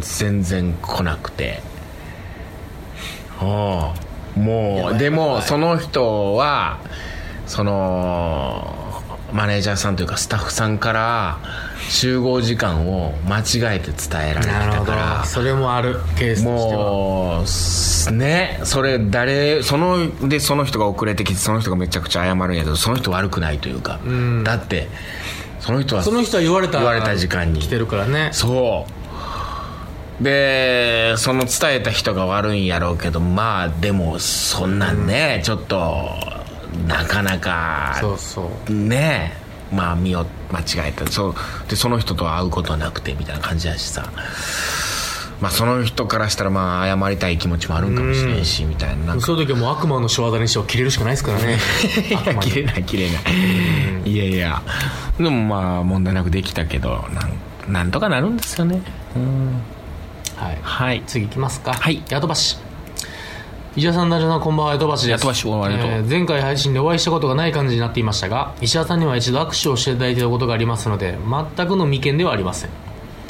S1: 全然来なくておうもうでもその人はそのマネージャーさんというかスタッフさんから集合時間を間違えて伝えられ
S2: え
S1: て
S2: なる
S1: た
S2: ほど
S1: から
S2: それもあるケースとしては
S1: もうすねそれ誰そのでその人が遅れてきてその人がめちゃくちゃ謝るんやけどその人悪くないというか、
S2: ん
S1: だってその人は
S2: その人は言われた
S1: 言われた時間に
S2: 来てるからね
S1: そうでその伝えた人が悪いんやろうけどまあでもそんなんね、ちょっとなかなか
S2: そうそう
S1: ねえまあ身を間違えたそうでその人とは会うことはなくてみたいな感じだしさまあその人からしたらまあ謝りたい気持ちもあるんかもしれんし、みたいななんか
S2: そういう時はもう悪魔の仕業にしては切れるしかないですからね
S1: いや
S2: 悪魔に
S1: 切れない切れないいやいやでもまあ問題なくできたけどなんなんとかなるんですよねうん
S2: はい
S1: はい
S2: 次いきますか
S1: はい
S2: ヤトバシ石田さん、ダジャさん、こんばんは、ヤトバシです。
S1: ヤトバシおありがとう
S2: えー前回配信でお会いしたことがない感じになっていましたが、石田さんには一度握手をしていただいていたことがありますので、全くの未見ではありません。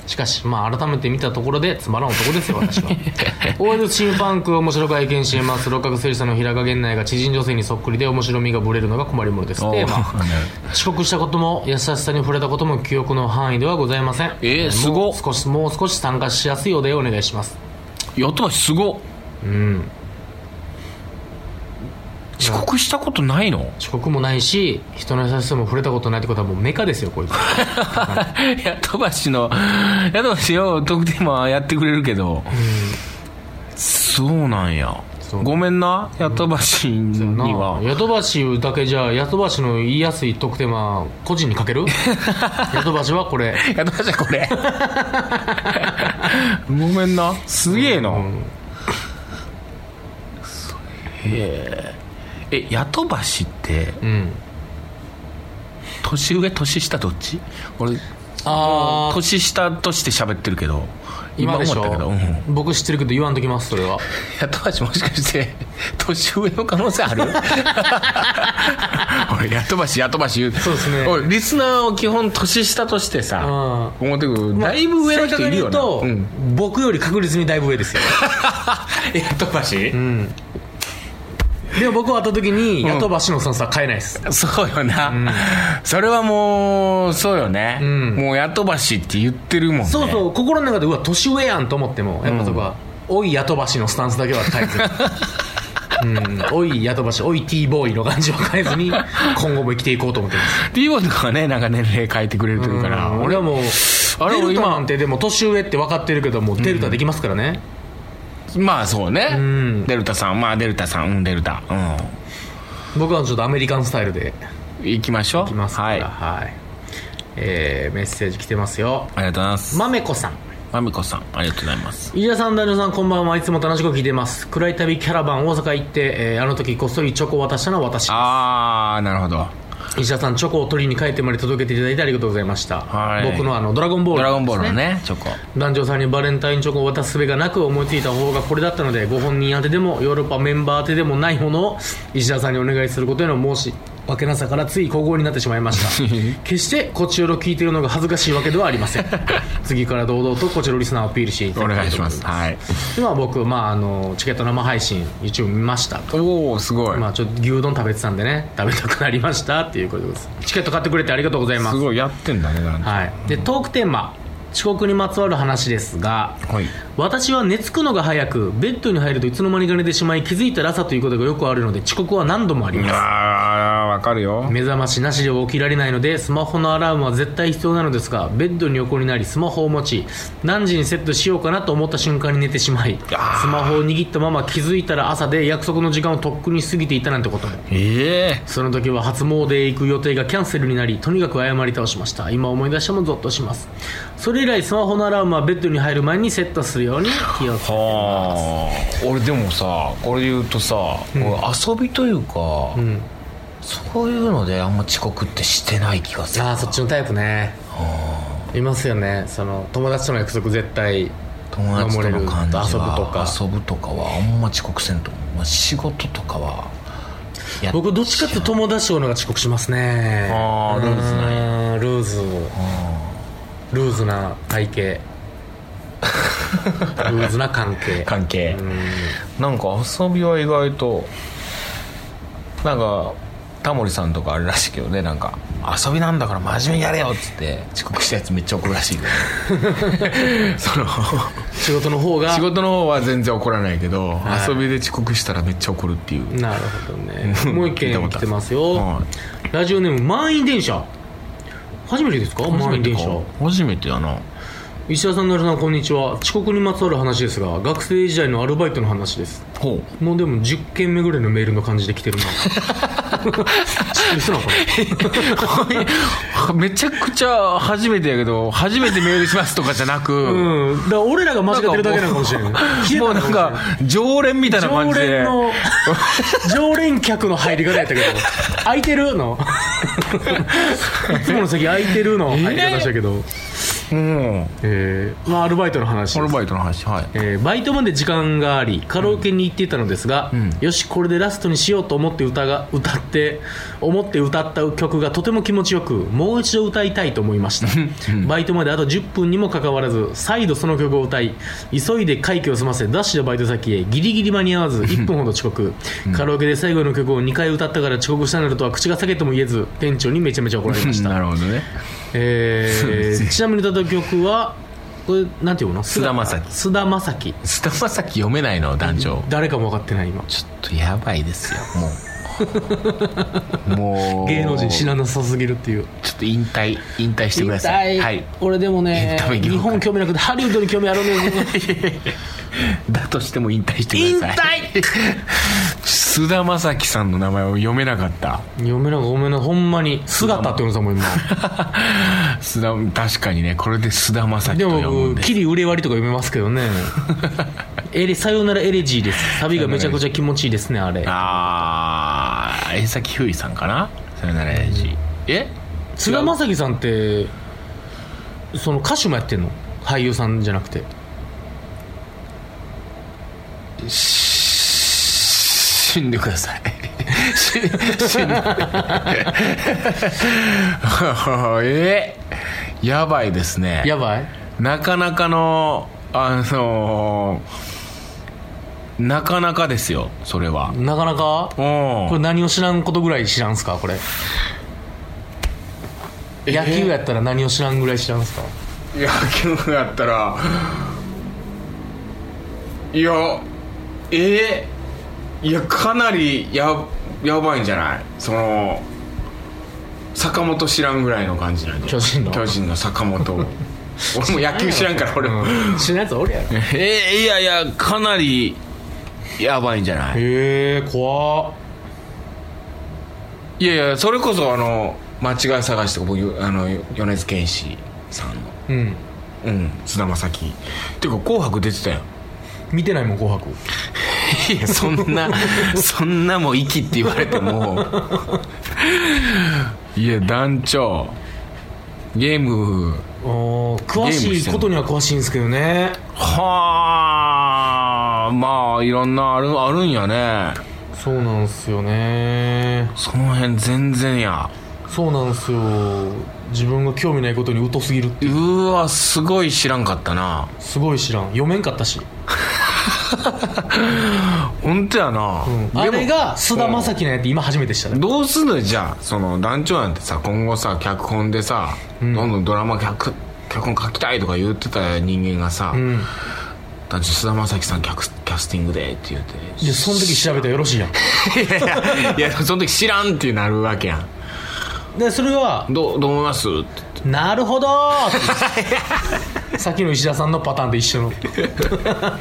S2: しかし、まあ、改めて見たところで、つまらん男ですよ、私は。オールチームパンク、面白く拝見しています。六角聖司さんの平賀源内が知人女性にそっくりで、面白みがぶれるのが困りものです。テーマ、遅刻したことも優しさに触れたことも記憶の範囲ではございません
S1: えー
S2: もう
S1: すごっ
S2: 少しもう少し参加しやすいお題をお願いします
S1: やったすご
S2: うん
S1: 遅刻したことないの
S2: 遅刻もないし人の優しさも触れたことないってことはもうメカですよこいつ
S1: やとばしのやとばしよ特典もやってくれるけど、そうなんや
S2: そう
S1: ごめんなやとばし には、
S2: ヤトバシだけじゃヤトバシの言いやすい得点は個人にかけ るヤトバシはこれ
S1: やとばしはこ れごめんなすげえな、
S2: うん
S1: へええやとばしって
S2: うん
S1: 年上年下どっち俺
S2: ああ
S1: 年下として喋ってるけど
S2: 今でし
S1: 思ったけど、う
S2: ょ、
S1: ん、
S2: 僕知ってるけど言わんときますそれは
S1: やとばしもしかして年上の可能性ある おいやとばしやとばし言う
S2: そうですね
S1: おいリスナーを基本年下としてさ
S2: うん
S1: 思ってくるだいぶ上の人いるよな、
S2: 正確に言うと、僕より確率にだいぶ上ですよ
S1: うん、やとばし、
S2: うんでも僕は会った時にヤトバシのさんさ買えないです
S1: そうよな、それはもうそうよね、
S2: ん
S1: もうやとばしって言ってるもんね
S2: そうそう心の中でうわ年上やんと思ってもやっぱそこは、おいヤトバシのスタンスだけは変えず にうん、おいヤトバシおい T ボーイの感じは変えずに今後も生きていこうと思ってます
S1: ピーボーとかはねなんか年齢変えてくれてるから、
S2: うん俺はもう
S1: あれ
S2: デ
S1: 俺
S2: ルタ
S1: 今
S2: なんてでも年上って分かってるけどもうデルタできますからね、
S1: まあそうね、
S2: ん
S1: デルタさんまあデルタさんうんデルタう
S2: 僕はちょっとアメリカンスタイルで
S1: ん行きましょう
S2: いきますから
S1: は
S2: はいい、
S1: あ
S2: えーメッセージ来てますよ
S1: りがとうございます
S2: まめこさん
S1: まみこさんありがとうございます
S2: 飯田さん、大丈さん、こんばんは。いつも楽しく聞いてます。暗い旅キャラバン大阪行って、えーあの時こっそりチョコを渡したのは私。
S1: ああなるほど
S2: 飯田さん、チョコを取りに帰ってまで届けていただいてありがとうございました。
S1: はい
S2: 僕のあの、ドラゴンボール、
S1: ドラゴンボールの。ねチョコ
S2: 団長さんにバレンタインチョコを渡すすべがなく思いついた方がこれだったので、ご本人宛てでも、ヨーロッパメンバー宛てでもないものを石田さんにお願いすることへの申し訳なさからつい高校になってしまいました 決してこちよろ聞いてるのが恥ずかしいわけではありません次から堂々とこちよろリスナーをアピールしていた
S1: お
S2: だきた
S1: 願い
S2: いと
S1: し
S2: 思い
S1: ま
S2: ますす
S1: はい
S2: 今僕、まあ、あのチケット生配信 YouTube 見ましたと、
S1: おおすごい、
S2: まあ、ちょっと牛丼食べてたんでね食べたくなりましたっていうことですチケット買ってくれてありがとうございますす
S1: ごいやってんだねなんか
S2: はい、でトークテーマ遅刻にまつわる話ですが
S1: はい
S2: 私は寝つくのが早くベッドに入るといつの間にか寝てしまい気づいたら朝ということがよくあるので遅刻は何度もあり
S1: いや
S2: ます
S1: ーわかるよ
S2: 目覚ましなしでは起きられないのでスマホのアラームは絶対必要なのですがベッドに横になりスマホを持ち何時にセットしようかなと思った瞬間に寝てしまいス
S1: あー
S2: マホを握ったまま気づいたら朝で約束の時間をとっくに過ぎていたなんてことも
S1: ええ
S2: その時は初詣へ行く予定がキャンセルになりとにかく謝り倒しました今思い出してもゾッとしますそれ以来スマホのアラームはベッドに入る前にセットするように気をつけて
S1: はあ俺でもさこれ言うとさ、俺遊びというか、
S2: ん
S1: そういうのであんま遅刻ってしてない気がする
S2: ああそっちのタイプねいますよねその友達との約束絶対
S1: 友達との感じは
S2: 守れる遊ぶとか
S1: 遊ぶとかはあんま遅刻せんと思う、まあ、仕事とかはやっ
S2: 僕どっちかっていうと友達との方が遅刻しますね
S1: あールーズなん
S2: うんルーズルーズな体型 ルーズな関係
S1: 関係、
S2: うん
S1: なんか遊びは意外となんかタモリさんとかあるらしいけどねなんか遊びなんだから真面目にやれよっつって遅刻したやつめっちゃ怒るらしいけ どその
S2: 仕事の方が
S1: 仕事の方は全然怒らないけど、
S2: はい
S1: 遊びで遅刻したらめっちゃ怒るっていう
S2: なるほどねもう一
S1: 聞いたこと
S2: 件来
S1: ある
S2: てますよ、
S1: は
S2: ラジオネーム満員電車初めてですか満員電車
S1: 初めてやな
S2: 石田さん成田さんこんにちは遅刻にまつわる話ですが学生時代のアルバイトの話です
S1: ほう
S2: もうでも10件目ぐらいのメールの感じで来てるな嘘なのこれ
S1: めちゃくちゃ初めてやけど初めてメールしますとかじゃなく、
S2: うんだから俺らが間違ってるだけなのかもしれない
S1: もうなんか常連みたいな感
S2: 常
S1: じで
S2: 連の常連客の入り方やったけど空いてるの いつもの席空いてるの入り方したけど、
S1: うん
S2: えーまあ、アルバイトの話です
S1: アルバイトの話はい
S2: えーバイトまで時間がありカラオケに行っていたのですが、
S1: ん
S2: よしこれでラストにしようと思って歌が歌って思って歌った曲がとても気持ちよくもう一度歌いたいと思いました、バイトまであと10分にもかかわらず再度その曲を歌い急いで会計を済ませダッシュでバイト先へギリギリ間に合わず1分ほど遅刻、カラオケで最後の曲を2回歌ったから遅刻したなどとは口が裂けても言えず店長にめちゃめちゃ怒られました
S1: なるほど ね
S2: えーちなみに歌った曲はこれなんていうの
S1: 菅田将暉
S2: 須田将暉
S1: 菅田将暉読めないの男女
S2: 誰かも分かってない今
S1: ちょっとやばいですよ もうもう
S2: 芸能人知らなさすぎるっていう
S1: ちょっと引退引退してください
S2: 痛
S1: はい
S2: 俺でもね
S1: エンタメ業界
S2: 日本興味なくてハリウッドに興味あ るんです
S1: だとしても引退して
S2: 引
S1: ください
S2: 退
S1: 須田将暉さんの名前を読めなかった
S2: 読めなごめんなほんまに姿って呼んでたも ん今
S1: 須田確かにねこれで須田将暉
S2: で
S1: と
S2: も
S1: 読むん
S2: 僕
S1: で
S2: キリ売れ割りとか読めますけ どねエレさよならエレジーですサビがめちゃくちゃ気持ちいいですねあれ
S1: ああ江崎ひゅういさんかなさよならエレジーえ
S2: 菅田将暉さんってその歌手もやってんの俳優さんじゃなくて
S1: 死んでください死死んで えやばいですね
S2: やばい
S1: なかなかのあのなかなかですよそれは
S2: なかなか
S1: うん
S2: これ何を知らんことぐらい知らんすかこれ野球やったら何を知らんぐらい知らんすか
S1: 野球やったらいやえーいやかなりややばいんじゃないその坂本知らんぐらいの感じなんで
S2: 巨人の
S1: 巨人の坂本 俺も野球知らんから俺も、
S2: 知らんやつおるやろへ
S1: えーいやいやかなりやばいんじゃない
S2: え怖っ
S1: いやいやそれこそあの間違い探しとか僕よあのよ米津玄師さんの
S2: うん
S1: うん菅田将暉っていうか「紅白」出てたよ
S2: 見てないもん紅白
S1: いやそんなそんなもう息って言われてもいや団長ゲーム
S2: おー詳
S1: ゲームし
S2: してい
S1: んの
S2: ことには詳しいんですけどね
S1: はあまあいろんなあるあるんやね
S2: そうなんすよね
S1: その辺全然や
S2: そうなんすよ自分が興味ないことに疎すぎるって
S1: うーわすごい知らんかったな
S2: すごい知らん読めんかったし、
S1: 本当やな、でも
S2: あれが菅田将暉のやつ今初めて知ったね
S1: どうすんのよじゃあその団長なんてさ今後さ脚本でさ、どんどんドラマ脚脚本書きたいとか言ってた人間がさ、
S2: うん
S1: だって菅田将暉さんキャクキャスティングでって言って
S2: でその時調べたらよろしいやん
S1: いやいやいやその時知らんってなるわけやん
S2: でそれは
S1: どうどう思いますって
S2: 「なるほどーって」 さっきの石田さんのパターンと一緒のはいはいはいは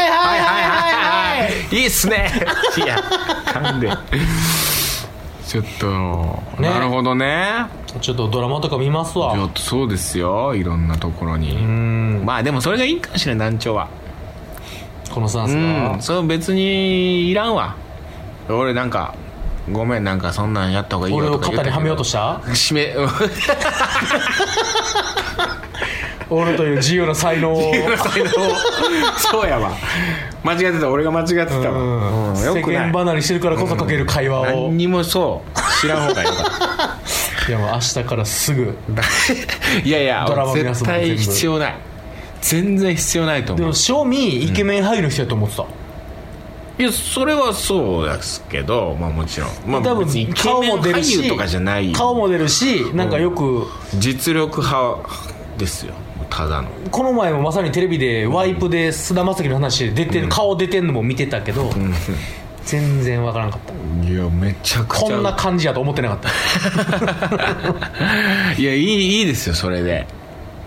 S2: いはい
S1: いいっす ねいやなんでちょっと、
S2: ね
S1: なるほどね
S2: いちょっとドラマとか見ます
S1: ちょ
S2: わ
S1: っとそうですよいろんなところに
S2: うん
S1: まあでもそれがいいかもしれない難聴は
S2: このスタンス
S1: うん
S2: が
S1: そう別にいらんわ俺なんかごめんなんかそんなんやった方がいいよ
S2: 俺を
S1: とか言ったけ
S2: 肩に
S1: ど
S2: はめようとした
S1: 締め
S2: 俺という自由な 才能を
S1: そうやわ間違ってた俺が間違ってたわ、
S2: う
S1: う
S2: ん
S1: んよ
S2: 世
S1: くな
S2: 間
S1: い
S2: 離れしてるからこそかける会話を
S1: 何
S2: い
S1: にもそう知らん方が よかっ
S2: やもう明日からすぐ
S1: たいやいや
S2: ドラマ見ます
S1: 絶
S2: もん
S1: 対
S2: 全部
S1: 必要ない全然必要ないと
S2: で
S1: 思う
S2: も正味イケメン俳優の人やと思ってた
S1: いやそれはそうですけどまあもちろん、まあ、
S2: 多分
S1: 別にイケ
S2: 顔
S1: メン
S2: も出るし
S1: 俳優とかじゃない
S2: 顔も出るしなんかよく
S1: 実力派ですよただの
S2: この前もまさにテレビでワイプで菅田将暉の話で出てる顔出てんのも見てたけど全然わからなかった
S1: いやめちゃくちゃ
S2: こんな感じやと思ってなかった
S1: いやいいいいですよそれで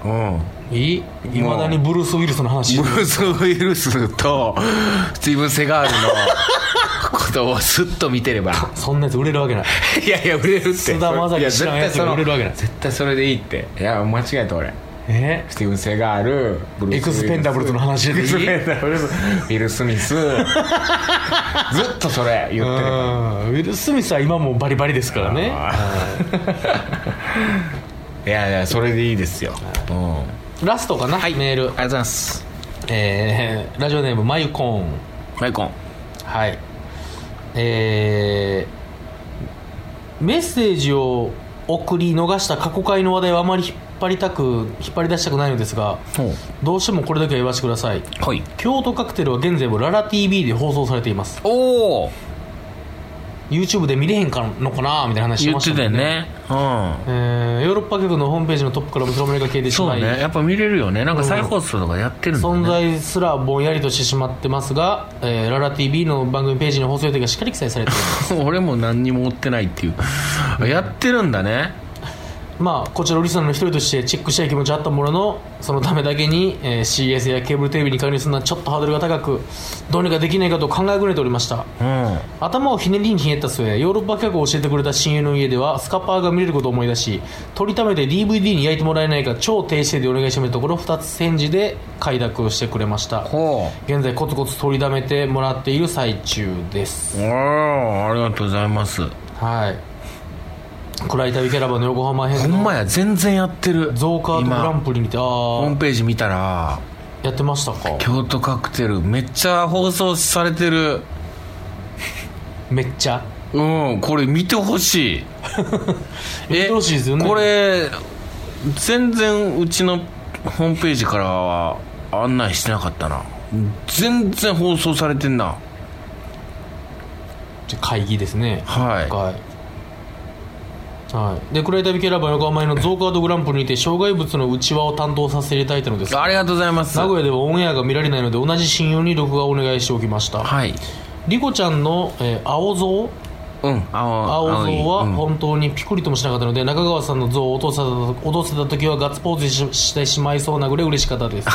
S1: うん
S2: いいいまだにブルース・ウィルスの話
S1: ブルース・ウィルスとスティーブン・セガールのことをスッと見てれば
S2: そんなやつ売れるわけない
S1: いやいや売れるって
S2: 菅田将暉
S1: いや
S2: 知らんやつ
S1: 絶対その
S2: が売れるわけない
S1: 絶対それでいいっていや間違えた俺
S2: え
S1: スティーブン・セガールブルース・
S2: エクスペンダブルズの話
S1: エ
S2: でい
S1: ク
S2: い
S1: スペンダブルズ ウィル・スミスずっとそれ言
S2: う
S1: ってれば
S2: んウィル・スミスは今もバリバリですからね
S1: いやいやそれでいいですよ、うんあり
S2: ラストかな、メール
S1: がとうございます
S2: えーラジオネームまゆこん
S1: マイコン
S2: はいえーメッセージを送り逃した過去回の話題はあまり引っ張りたく引っ張り出したくないのですがどうしてもこれだけは言わせてください
S1: はい
S2: 京都カクテルは現在もララ TV で放送されています
S1: おお
S2: YouTube で見れへんかのかなみたいな話してましたも
S1: う
S2: ん
S1: ん
S2: えーヨーロッパ局のホームページのトップからもそのまま消えてし
S1: そう
S2: まい、
S1: ねやっぱ見れるよねなんか再放送とかやってるんだね
S2: 存在すらぼんやりとしてしまってますが、えーララ TV の番組ページに放送予定がしっかり記載されています
S1: 俺も何にも追ってないっていうあやってるんだね
S2: まあこちらのリスナーの一人としてチェックしたい気持ちはあったもののそのためだけに、えー CS やケーブルテレビに加入するのはちょっとハードルが高くどうにかできないかと考えぐれておりました
S1: うん
S2: 頭をひねりにひねった末ヨーロッパ客を教えてくれた親友の家ではスカパーが見れることを思い出し取りためて DVD に焼いてもらえないか超低姿勢でお願いしてみるところ2つ返事で快諾をしてくれました
S1: ほ
S2: 現在コツコツ取りだめてもらっている最中です
S1: うおーありがとうございます
S2: はい暗い旅キャラバンの横
S1: ほ
S2: 浜編
S1: ん
S2: の
S1: まや全然やってる
S2: 増加アートグラン
S1: 今
S2: プリにてあ
S1: ホー
S2: あ
S1: ムページ見たら
S2: やってましたか
S1: 京都カクテルめっちゃ放送されてる
S2: めっちゃ
S1: うんこれ見てほしい
S2: 見てほしいですよね
S1: これ全然うちのホームページからは案内してなかったな全然放送されてんな
S2: じゃ会議ですね
S1: はい
S2: はい、はい、で暗い旅キャラバン横浜編の増加アートグランプリにて障害物の内輪を担当させていただいたのですが
S1: ありがとうございます
S2: 名古屋ではオンエアが見られないので同じ親友に録画をお願いしておきました、
S1: はい
S2: リコちゃんの、えー青像
S1: うん青
S2: 青像は
S1: うん
S2: 本当にピクリともしなかったので、中川さんの像を落とせた落とせた時はガッツポーズししてしまいそうなぐらい嬉しかったです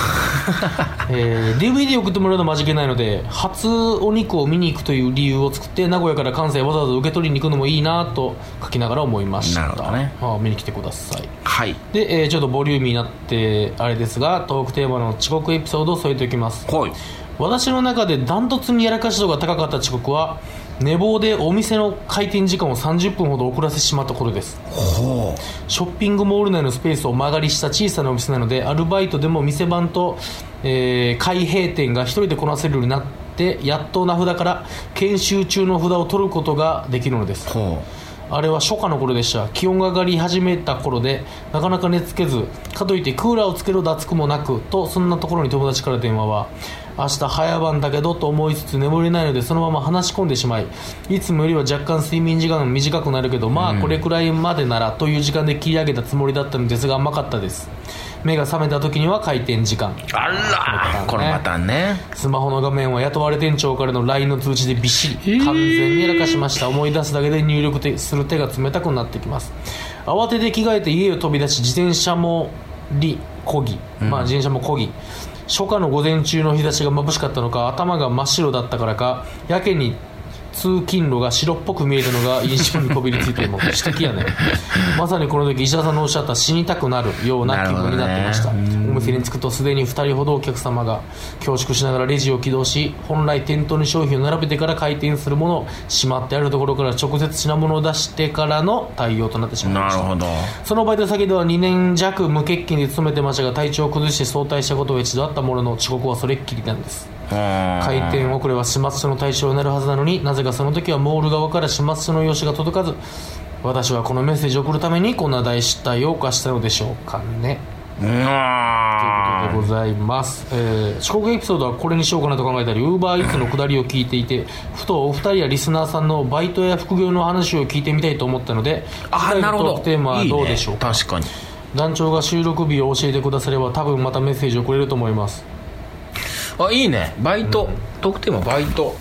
S2: えー DVD 送ってもらうのは間違いないので初お肉を見に行くという理由を作って名古屋から関西へわざわざ受け取りに行くのもいいなと書きながら思いました
S1: なるほどね
S2: ああ見に来てください
S1: はい
S2: で、えーちょっとボリューミーになってあれですがトークテーマの遅刻エピソードを添えておきます
S1: ほい
S2: 私の中でダントツにやらかし度が高かった遅刻は寝坊でお店の開店時間を30分ほど遅らせてしまったことです
S1: ほ
S2: ショッピングモール内のスペースを間借りした小さなお店なのでアルバイトでも店番と、えー開閉店が一人でこなせるようになってやっと名札から研修中の札を取ることができるのです
S1: うほ
S2: あれは初夏の頃でした気温が上がり始めた頃でなかなか寝つけずかといってクーラーをつける脱くもなくとそんなところに友達から電話は明日早晩だけどと思いつつ眠れないのでそのまま話し込んでしまいいつもよりは若干睡眠時間が短くなるけどまあこれくらいまでならという時間で切り上げたつもりだったのですが甘かったです目が覚めた時には開店時間
S1: あらこのパターンね
S2: スマホの画面は雇われ店長からの LINE の通知でびっしり完全にやらかしました思い出すだけで入力てする手が冷たくなってきます慌てて着替えて家を飛び出し自転車もりこぎ、まあ自転車もこぎ初夏の午前中の日差しが眩しかったのか頭が真っ白だったからかやけに通勤路が白っぽく見えるのが印象にこびりついて もう素敵やねまさにこの時石田さんのおっしゃった死にたくなるような気分になってまし
S1: な
S2: た、
S1: るほどね
S2: お店に着くとすでに2人ほどお客様が恐縮しながらレジを起動し本来店頭に商品を並べてから開店するものしまってあるところから直接品物を出してからの対応となってしまいま
S1: な
S2: し
S1: る
S2: た
S1: ほど
S2: そのバイト先では2年弱無欠勤で勤めてましたが体調を崩して早退したことは一度あったものの遅刻はそれっきりなんです回
S1: 回
S2: 転遅れは始末書の対象になるはずなのになぜかその時はモール側から始末書の用紙が届かず私はこのメッセージを送るためにこんな大失態を犯したのでしょうかね
S1: うわ
S2: ということでございます、えー遅刻エピソードはこれにしようかなと考えたりウーバーイーツの下りを聞いていてふとお二人やリスナーさんのバイトや副業の話を聞いてみたいと思ったので
S1: あ
S2: 次回
S1: な
S2: の
S1: るほ
S2: トー
S1: ど
S2: クテーマは
S1: い
S2: い
S1: ね
S2: どうでしょうか
S1: 確かに
S2: 団長が収録日を教えてくだされば多分またメッセージをくれると思います
S1: あいいねバイト特典はバイト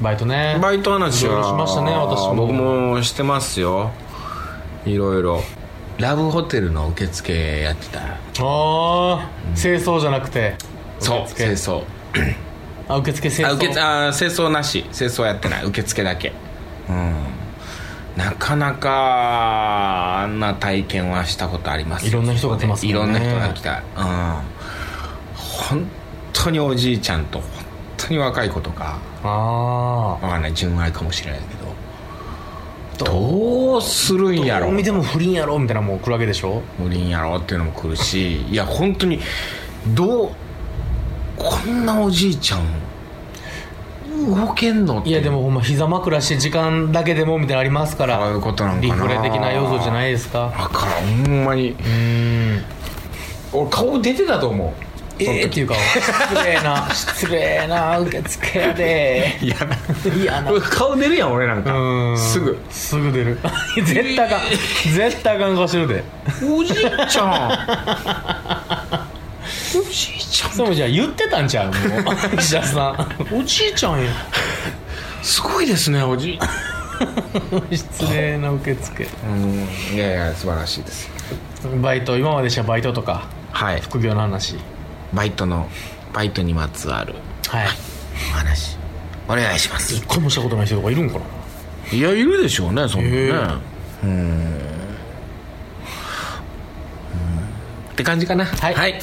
S2: バイトね
S1: バイト話
S2: いろい
S1: は
S2: ろしましたね私も
S1: 僕もしてますよいろいろラブホテルの受付やってた
S2: ああ清掃じゃなくて
S1: そう
S2: 受付
S1: 清掃
S2: あ受付清掃
S1: あ受付あ清掃なし清掃やってない受付だけうんなかなかあんな体験はしたことあります
S2: いろんな人が来ますもんね
S1: いろんな人が来たうん本当におじいちゃんと本当に若い子とか
S2: あ
S1: わかんない純愛かもしれないけどどうするんや
S2: あ
S1: ろ
S2: 見ても不倫やろみたいなもう来るわけでしょ
S1: 無理んやろっていうのも来るしいや本当にどうこんなおじいちゃん動けんのって
S2: いやでもほんま膝枕して時間だけでもみたいなのありますから
S1: ああいうことなんかな
S2: リフレ的な要素じゃないですか
S1: だからほんまに
S2: うーん
S1: 俺顔出てたと思う
S2: ええっていうか失礼な失礼な受付やで
S1: いや
S2: 嫌な
S1: 顔出るやん俺なん
S2: う
S1: か
S2: ーん
S1: すぐ
S2: すぐ出る 絶対あかん絶対あかん顔してるで
S1: おじいちゃんおじいちゃん
S2: そうじゃあ言ってたんちゃうもう 石田さんおじいちゃんや
S1: すごいですねおじい
S2: 失礼な受付
S1: うんいやいや素晴らしいです
S2: バイト今までしたバイトとか
S1: はい
S2: 副業の話
S1: バイトのバイトにまつわる
S2: はい
S1: お話お願いします
S2: 一個もしたことない人とかいるんかない
S1: やいるでしょうねそんなのね
S2: へえ
S1: うーんって感じかなはいうん、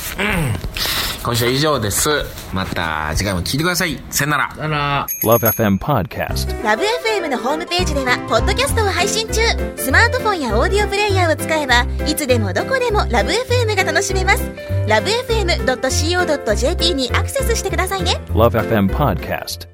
S1: 今週は以上ですまた次回も聞いてくださいさよなら
S2: あら
S3: Love FM Podcast.
S4: ラブ f m のホームページではポッドキャストを配信中スマートフォンやオーディオプレイヤーを使えばいつでもどこでもラブ f m が楽しめますラブ FM.co.jp にアクセスしてくださいね
S3: Love FM Podcast.